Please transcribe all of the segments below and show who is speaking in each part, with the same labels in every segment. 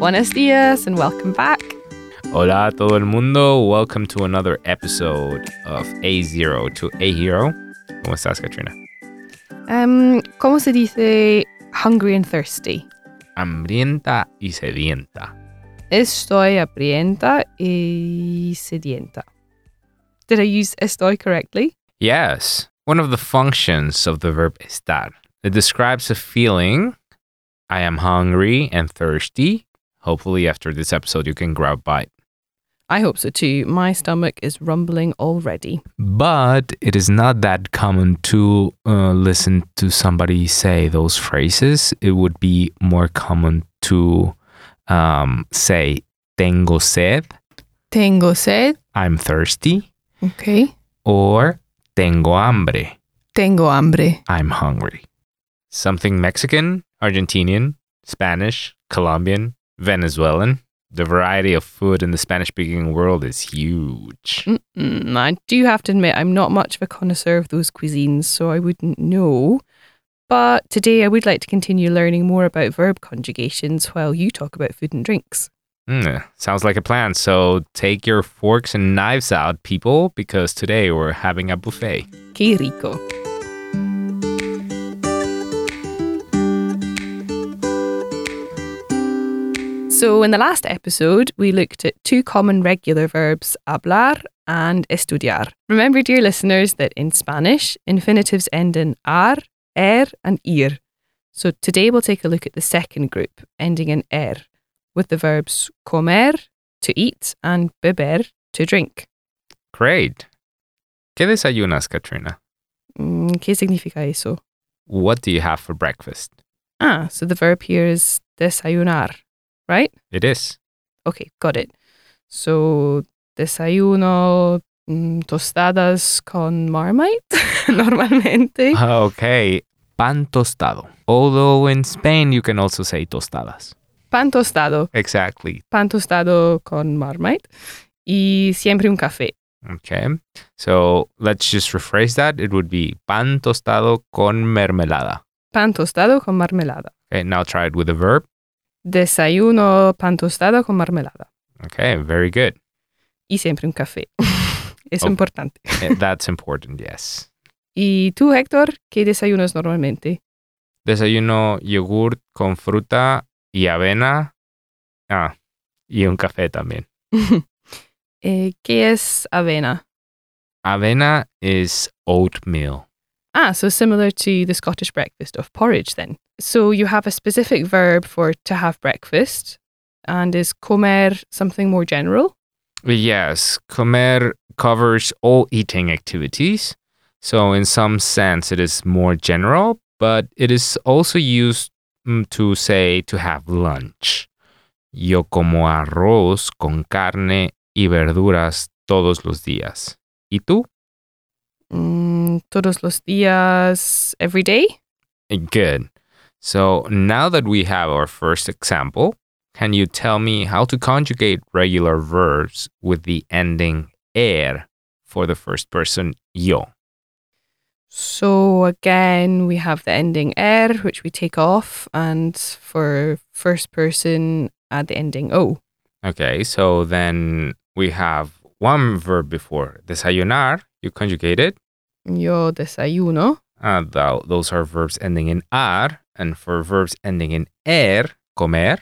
Speaker 1: Buenos dias and welcome back.
Speaker 2: Hola a todo el mundo. Welcome to another episode of A0 to A Hero. ¿Cómo estás, Katrina?
Speaker 1: Um, ¿Cómo se dice hungry and thirsty?
Speaker 2: Hambrienta y sedienta.
Speaker 1: Estoy hambrienta y sedienta. Did I use estoy correctly?
Speaker 2: Yes, one of the functions of the verb estar. It describes a feeling. I am hungry and thirsty. Hopefully, after this episode, you can grab a bite.
Speaker 1: I hope so too. My stomach is rumbling already.
Speaker 2: But it is not that common to uh, listen to somebody say those phrases. It would be more common to um, say, Tengo sed,
Speaker 1: Tengo sed.
Speaker 2: I'm thirsty,
Speaker 1: Okay.
Speaker 2: or Tengo hambre,
Speaker 1: Tengo hambre.
Speaker 2: I'm hungry. Something Mexican, Argentinian, Spanish, Colombian, Venezuelan. The variety of food in the Spanish speaking world is huge.
Speaker 1: Mm, I do have to admit, I'm not much of a connoisseur of those cuisines, so I wouldn't know. But today I would like to continue learning more about verb conjugations while you talk about food and drinks.
Speaker 2: Mm, sounds like a plan. So take your forks and knives out, people, because today we're having a buffet.
Speaker 1: Que rico. So, in the last episode, we looked at two common regular verbs, hablar and estudiar. Remember, dear listeners, that in Spanish, infinitives end in ar, er, and ir. So, today we'll take a look at the second group, ending in er, with the verbs comer, to eat, and beber, to drink.
Speaker 2: Great. ¿Qué desayunas, Katrina?
Speaker 1: Mm, ¿Qué significa eso?
Speaker 2: What do you have for breakfast?
Speaker 1: Ah, so the verb here is desayunar, right?
Speaker 2: It is.
Speaker 1: Okay, got it. So desayuno mm, tostadas con marmite normalmente.
Speaker 2: Okay. Pan tostado. Although in Spain you can also say tostadas.
Speaker 1: Pan tostado,
Speaker 2: Exactly.
Speaker 1: pan tostado con marmite y siempre un café.
Speaker 2: Okay. So let's just rephrase that. It would be pan tostado con mermelada.
Speaker 1: Pan tostado con marmelada.
Speaker 2: Okay. Now try it with a verb.
Speaker 1: Desayuno pan tostado con marmelada
Speaker 2: Okay. Very good.
Speaker 1: y siempre un café. es
Speaker 2: Oh.
Speaker 1: importante.
Speaker 2: Eh, That's important. Yes.
Speaker 1: ¿Y tú, Héctor, qué desayunas normalmente?
Speaker 2: Desayuno yogurt con fruta y avena. Ah, y un café también.
Speaker 1: Eh, ¿Qué es avena?
Speaker 2: Avena is oatmeal.
Speaker 1: Ah, so similar to the Scottish breakfast of porridge then. So you have a specific verb for to have breakfast and is comer something more general?
Speaker 2: Yes, comer covers all eating activities. So, in some sense, it is more general, but it is also used mm, to say to have lunch. Yo como arroz con carne y verduras todos los días. ¿Y tú?
Speaker 1: Mm, todos los días, every day?
Speaker 2: Good. So now that we have our first example, can you tell me how to conjugate regular verbs with the ending er for the first person yo?
Speaker 1: So again, we have the ending er, which we take off, and for first person, add the ending o.
Speaker 2: Okay, so then we have one verb before desayunar, you conjugate it.
Speaker 1: Yo desayuno.
Speaker 2: Uh, tho- those are verbs ending in ar, and for verbs ending in er, comer,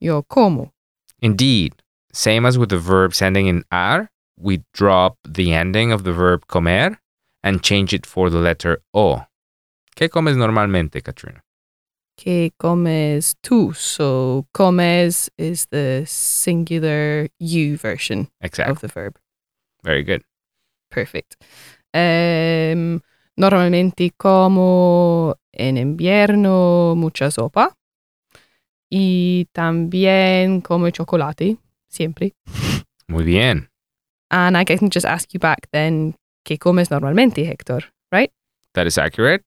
Speaker 1: Yo como.
Speaker 2: Indeed, same as with the verbs ending in ar, we drop the ending of the verb comer and change it for the letter o. ¿Qué comes normalmente, Katrina?
Speaker 1: Que comes tú. So comes is the singular you version
Speaker 2: Exactly.
Speaker 1: of the verb.
Speaker 2: Very good.
Speaker 1: Perfect. Em, normalmente como en invierno mucha sopa y también como chocolate, siempre.
Speaker 2: Muy bien.
Speaker 1: And I can just ask you back then, ¿qué comes normalmente, Héctor?
Speaker 2: That is accurate.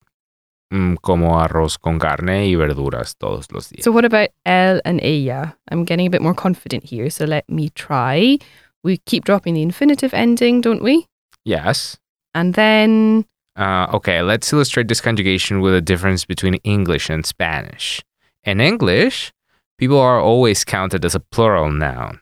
Speaker 2: Mm, como arroz con carne y verduras todos los días.
Speaker 1: So what about él and ella? I'm getting a bit more confident here, so let me try. We keep dropping the infinitive ending, don't we?
Speaker 2: yes.
Speaker 1: And then
Speaker 2: Uh, okay, let's illustrate this conjugation with a difference between English and Spanish. In English, People are always counted as a plural noun.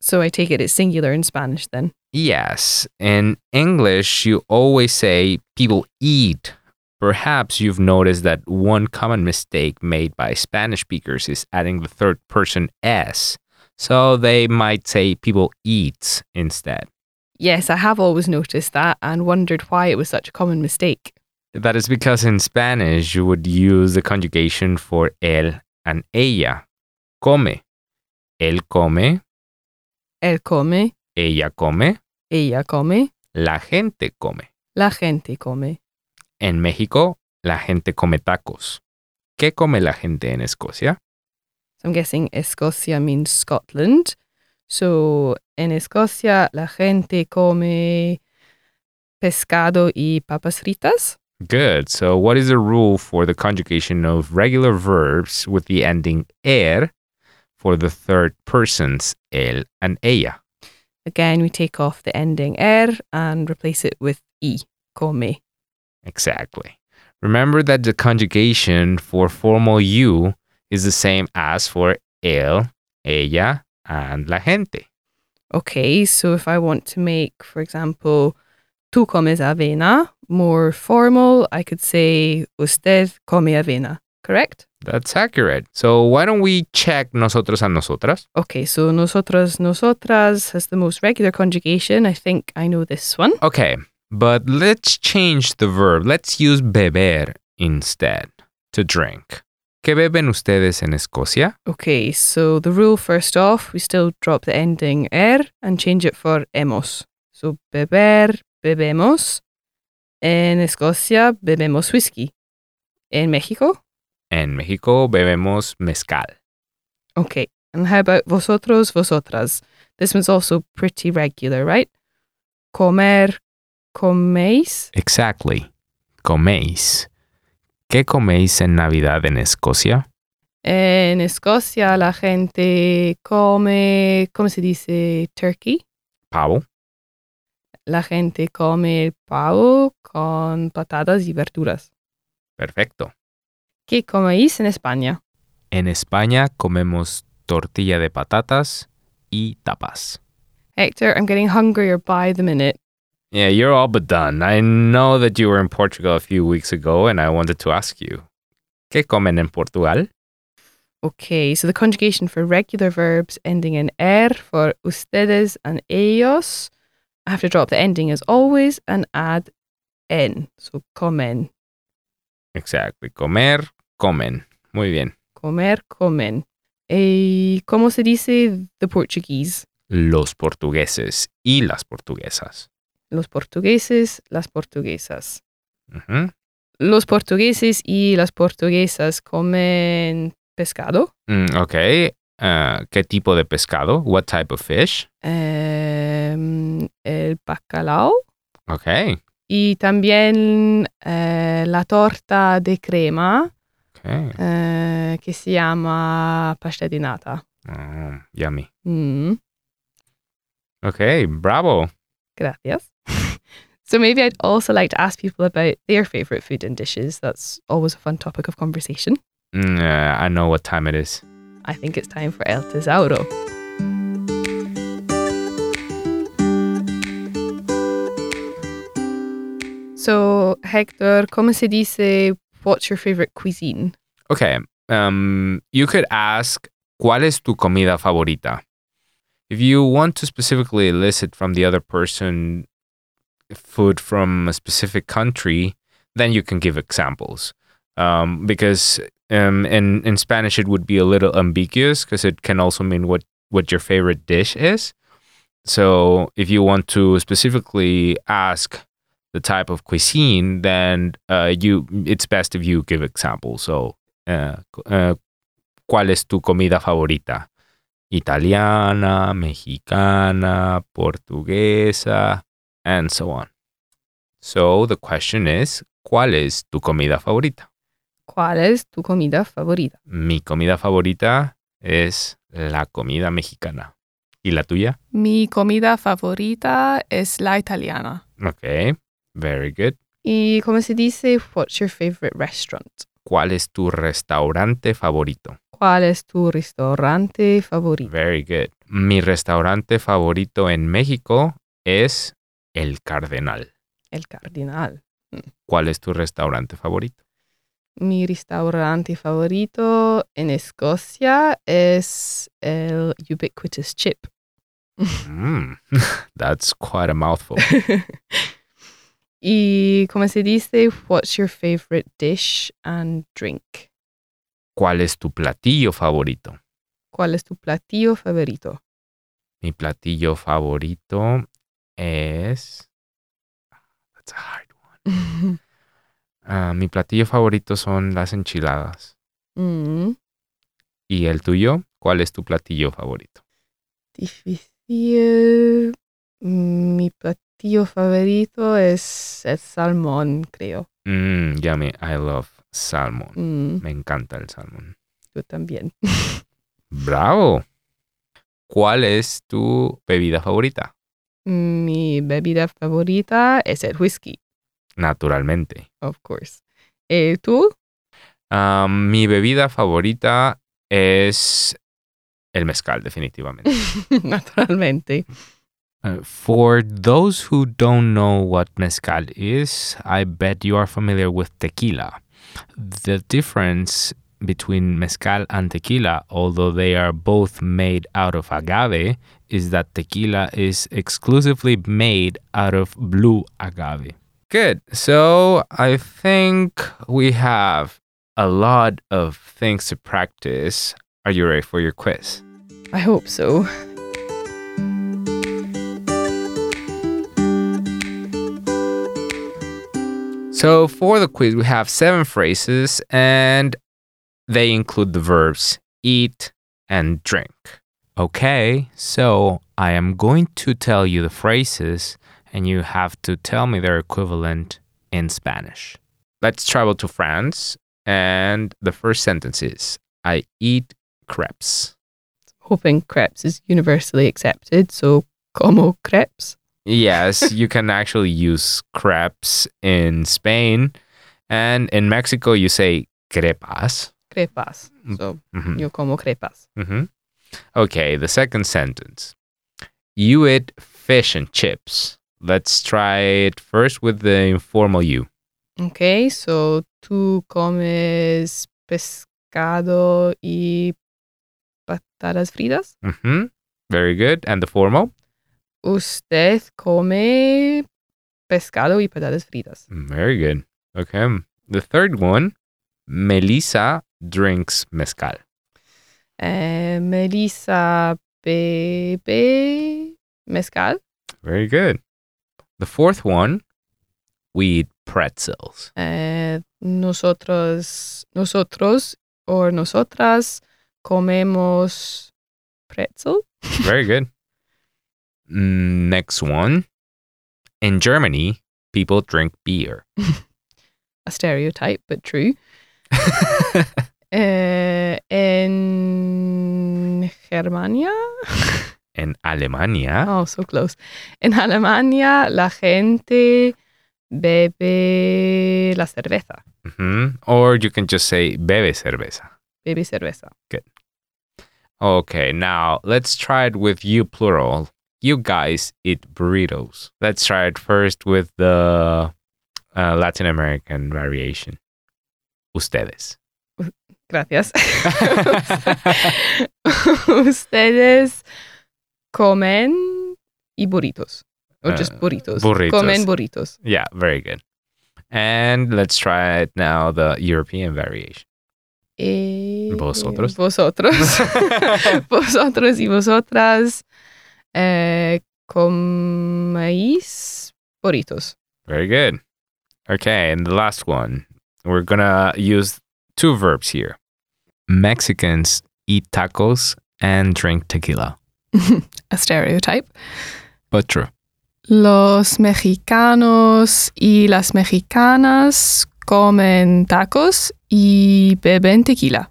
Speaker 1: So I take it it's singular in Spanish then.
Speaker 2: Yes, in English, you always say people eat. Perhaps you've noticed that one common mistake made by Spanish speakers is adding the third person s. So they might say people eats instead.
Speaker 1: Yes, I have always noticed that and wondered why it was such a common mistake.
Speaker 2: That is because in Spanish you would use the conjugation for él and ella. Come. Él come,
Speaker 1: Él come,
Speaker 2: ella come,
Speaker 1: ella come,
Speaker 2: la gente come.
Speaker 1: la gente come.
Speaker 2: En México, la gente come tacos. ¿Qué come la gente en Escocia?
Speaker 1: So I'm guessing Escocia means Scotland. So in Escocia, la gente come pescado y papas fritas.
Speaker 2: Good. So, what is the rule for the conjugation of regular verbs with the ending er for the third persons, él and ella?
Speaker 1: Again, we take off the ending er and replace it with e, come.
Speaker 2: Exactly. Remember that the conjugation for formal you is the same as for él, ella, and la gente.
Speaker 1: Okay, so if I want to make, for example, tú comes avena more formal, I could say usted come avena, correct?
Speaker 2: That's accurate. So, why don't we check nosotros a nosotras?
Speaker 1: Okay, so nosotras, nosotras has the most regular conjugation. I think I know this one.
Speaker 2: Okay, but let's change the verb. Let's use beber instead to drink. ¿Qué beben ustedes en Escocia?
Speaker 1: Okay, so the rule first off, we still drop the ending er and change it for hemos. So beber, bebemos. En Escocia, bebemos whisky. En Mexico?
Speaker 2: En México bebemos mezcal.
Speaker 1: Okay. And how about vosotros, vosotras? This one's also pretty regular, right? Comer, coméis.
Speaker 2: Exactly. Coméis. ¿Qué coméis en Navidad en Escocia?
Speaker 1: En Escocia, la gente come, ¿cómo se dice? Turkey.
Speaker 2: Pavo.
Speaker 1: la gente come el pavo con patatas y verduras.
Speaker 2: Perfecto.
Speaker 1: ¿Qué coméis en España?
Speaker 2: En España comemos tortilla de patatas y tapas.
Speaker 1: Hector, I'm getting hungrier by the minute.
Speaker 2: Yeah, you're all but done. I know that you were in Portugal a few weeks ago and I wanted to ask you. ¿Qué comen en Portugal?
Speaker 1: Okay, so the conjugation for regular verbs ending in er for ustedes and ellos. I have to drop the ending as always and add en. So comen,
Speaker 2: Exactly. Comer, comen. Muy bien.
Speaker 1: comer, comen. Eh, ¿Cómo se dice the Portuguese?
Speaker 2: Los portugueses y las portuguesas.
Speaker 1: Los portugueses, las portuguesas.
Speaker 2: Ujú.
Speaker 1: los portugueses y las portuguesas comen pescado.
Speaker 2: Mm, okay. Uh, ¿Qué tipo de pescado? What type of fish?
Speaker 1: em, el bacalao
Speaker 2: Okay.
Speaker 1: y también eh, la torta de crema
Speaker 2: Okay.
Speaker 1: eh, que se llama pasta de nata.
Speaker 2: Oh, yummy.
Speaker 1: Mm,
Speaker 2: Okay, bravo.
Speaker 1: gracias. so maybe I'd also like to ask people about their favorite food and dishes. That's always a fun topic of conversation.
Speaker 2: Mm, uh, I know what time it is.
Speaker 1: I think it's time for El Tesauro. So, Hector, ¿cómo se dice what's your favorite cuisine?
Speaker 2: Okay. Um, you could ask, ¿Cuál es tu comida favorita? If you want to specifically elicit from the other person food from a specific country, then you can give examples. Um, because um, in, in Spanish, it would be a little ambiguous because it can also mean what, what your favorite dish is. So if you want to specifically ask the type of cuisine, then uh, you it's best if you give examples. So eh, cu- eh, cuál es tu comida favorita. Italiana, mexicana, portuguesa, and so on. So the question is, ¿cuál es tu comida favorita?
Speaker 1: ¿Cuál es tu comida favorita?
Speaker 2: Mi comida favorita es la comida mexicana. ¿Y la tuya?
Speaker 3: Mi comida favorita es la italiana.
Speaker 2: Ok, very good.
Speaker 1: ¿Y cómo se dice what's your favorite restaurant?
Speaker 2: ¿Cuál es tu restaurante favorito?
Speaker 1: ¿Cuál es tu restaurante favorito?
Speaker 2: Very good. Mi restaurante favorito en México es El Cardenal.
Speaker 1: El Cardinal.
Speaker 2: ¿Cuál es tu restaurante favorito?
Speaker 1: Mi restaurante favorito en Escocia es el Ubiquitous Chip.
Speaker 2: Mm, that's quite a mouthful.
Speaker 1: y como se dice, what's your favorite dish and drink?
Speaker 2: ¿Cuál es tu platillo favorito?
Speaker 1: ¿Cuál es tu platillo favorito?
Speaker 2: Mi platillo favorito es. That's a hard one. Ah, mi platillo favorito son las enchiladas.
Speaker 1: Mm,
Speaker 2: ¿Y el tuyo? ¿Cuál es tu platillo favorito?
Speaker 1: difícil. Mi platillo favorito es el salmón, creo.
Speaker 2: Mm, yummy. I love salmon.
Speaker 1: Mm,
Speaker 2: Me encanta el salmón.
Speaker 1: yo también.
Speaker 2: ¡Bravo! ¿Cuál es tu bebida favorita?
Speaker 1: Mi bebida favorita es el whisky,
Speaker 2: Naturalmente.
Speaker 1: of course. ¿Y tú?
Speaker 2: Ah, mi bebida favorita es el mezcal, definitivamente.
Speaker 1: Naturalmente.
Speaker 2: Uh, for those who don't know what mezcal is, I bet you are familiar with tequila. The difference between mezcal and tequila, although they are both made out of agave, is that tequila is exclusively made out of blue agave. Good. So I think we have a lot of things to practice. Are you ready for your quiz?
Speaker 1: I hope so.
Speaker 2: So for the quiz, we have seven phrases, and they include the verbs eat and drink. Okay, so I am going to tell you the phrases, and you have to tell me their equivalent in Spanish. Let's travel to France, and the first sentence is I eat crepes.
Speaker 1: Hoping crepes is universally accepted, so como crepes.
Speaker 2: Yes, you can actually use crepes in Spain, and in Mexico, you say crepas.
Speaker 1: Crepas. So
Speaker 2: Mhm.
Speaker 1: yo como crepas.
Speaker 2: Mm-hmm. Okay, the second sentence. You eat fish and chips. Let's try it first with the informal you.
Speaker 1: Okay, so tú comes pescado y patatas fritas.
Speaker 2: Mm-hmm. Very good. And the formal?
Speaker 1: Usted come pescado y patatas fritas.
Speaker 2: Mm, Very good. Okay. The third one. Melissa drinks mezcal.
Speaker 1: Eh, Melissa bebe mezcal.
Speaker 2: Very good. The fourth one. We eat pretzels.
Speaker 1: Eh, nosotros, nosotros o nosotras comemos pretzel.
Speaker 2: Very good. Mm, Next one. In Germany, people drink beer.
Speaker 1: A stereotype, but true. Eh, en Germania.
Speaker 2: En Alemania,
Speaker 1: Oh, so close. En Alemania la gente bebe la cerveza,
Speaker 2: Mhm. or you can just say bebe cerveza.
Speaker 1: bebe cerveza.
Speaker 2: Okay, now let's try it with you plural. You guys eat burritos. Let's try it first with the uh, Latin American variation. Ustedes.
Speaker 1: Gracias. Ustedes comen y burritos. Or just
Speaker 2: Uh,
Speaker 1: burritos.
Speaker 2: burritos.
Speaker 1: Comen burritos.
Speaker 2: Yeah, very good. And let's try it now the European variation.
Speaker 1: Eh,
Speaker 2: Vosotros.
Speaker 1: Vosotros. vosotros y vosotras eh, coméis burritos.
Speaker 2: Very good. Okay, and the last one. We're gonna use two verbs here. Mexicans eat tacos and drink tequila.
Speaker 3: A stereotype.
Speaker 2: But true.
Speaker 3: Los mexicanos y las mexicanas comen tacos y beben tequila.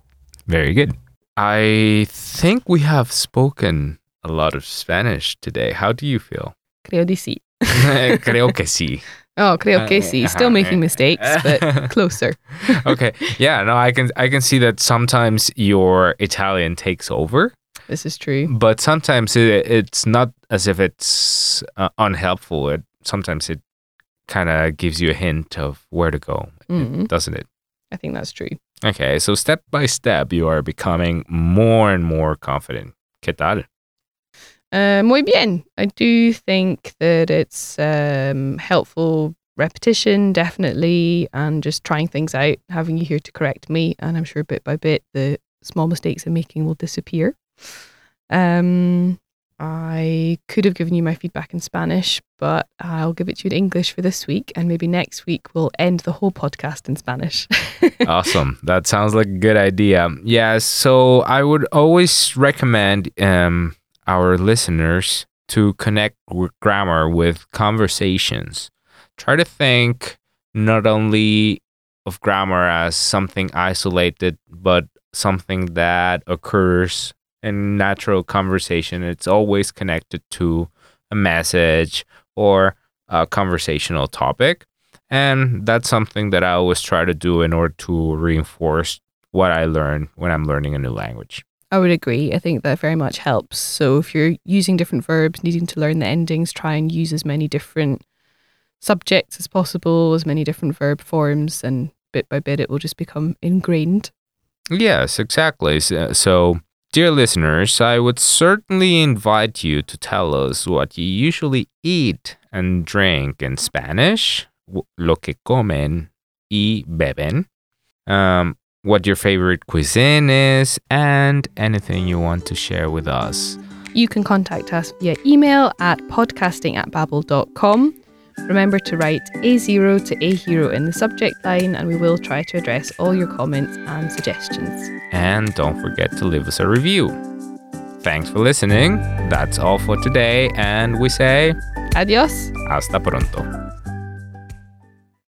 Speaker 2: Very good. I think we have spoken a lot of Spanish today. How do you feel?
Speaker 1: Creo que sí.
Speaker 2: Creo que sí.
Speaker 1: Oh, creo que
Speaker 2: Uh,
Speaker 1: sí.
Speaker 2: uh-huh,
Speaker 1: Still making
Speaker 2: uh,
Speaker 1: mistakes, but closer.
Speaker 2: okay. Yeah, no, I can I can see that sometimes your Italian takes over,
Speaker 1: This is true.
Speaker 2: but sometimes it, it's not as if it's uh, unhelpful. It sometimes it kind of gives you a hint of where to go,
Speaker 1: Mm,
Speaker 2: doesn't it?
Speaker 1: I think that's true.
Speaker 2: Okay, so step by step you are becoming more and more confident. ¿Qué tal?
Speaker 1: Uh, muy bien. I do think that it's um, helpful repetition, definitely, and just trying things out, having you here to correct me. And I'm sure bit by bit, the small mistakes I'm making will disappear. Um, I could have given you my feedback in Spanish, but I'll give it to you in English for this week. And maybe next week, we'll end the whole podcast in Spanish.
Speaker 2: awesome. That sounds like a good idea. Yeah. So I would always recommend um, our listeners to connect with grammar with conversations. Try to think not only of grammar as something isolated, but something that occurs in natural conversation. It's always connected to a message or a conversational topic. And that's something that I always try to do in order to reinforce what I learn when I'm learning a new language.
Speaker 1: I would agree. I think that very much helps. So if you're using different verbs, needing to learn the endings, try and use as many different subjects as possible, as many different verb forms, and bit by bit it will just become ingrained.
Speaker 2: Yes, exactly. S- uh, So, dear listeners, I would certainly invite you to tell us what you usually eat and drink in Spanish, w- lo que comen y beben, um, what your favorite cuisine is, and anything you want to share with us.
Speaker 1: You can contact us via email at podcasting at babbel.com. Remember to write A0 to A hero in the subject line, and we will try to address all your comments and suggestions.
Speaker 2: And don't forget to leave us a review. Thanks for listening. That's all for today, and we say
Speaker 1: Adios!
Speaker 2: hasta pronto.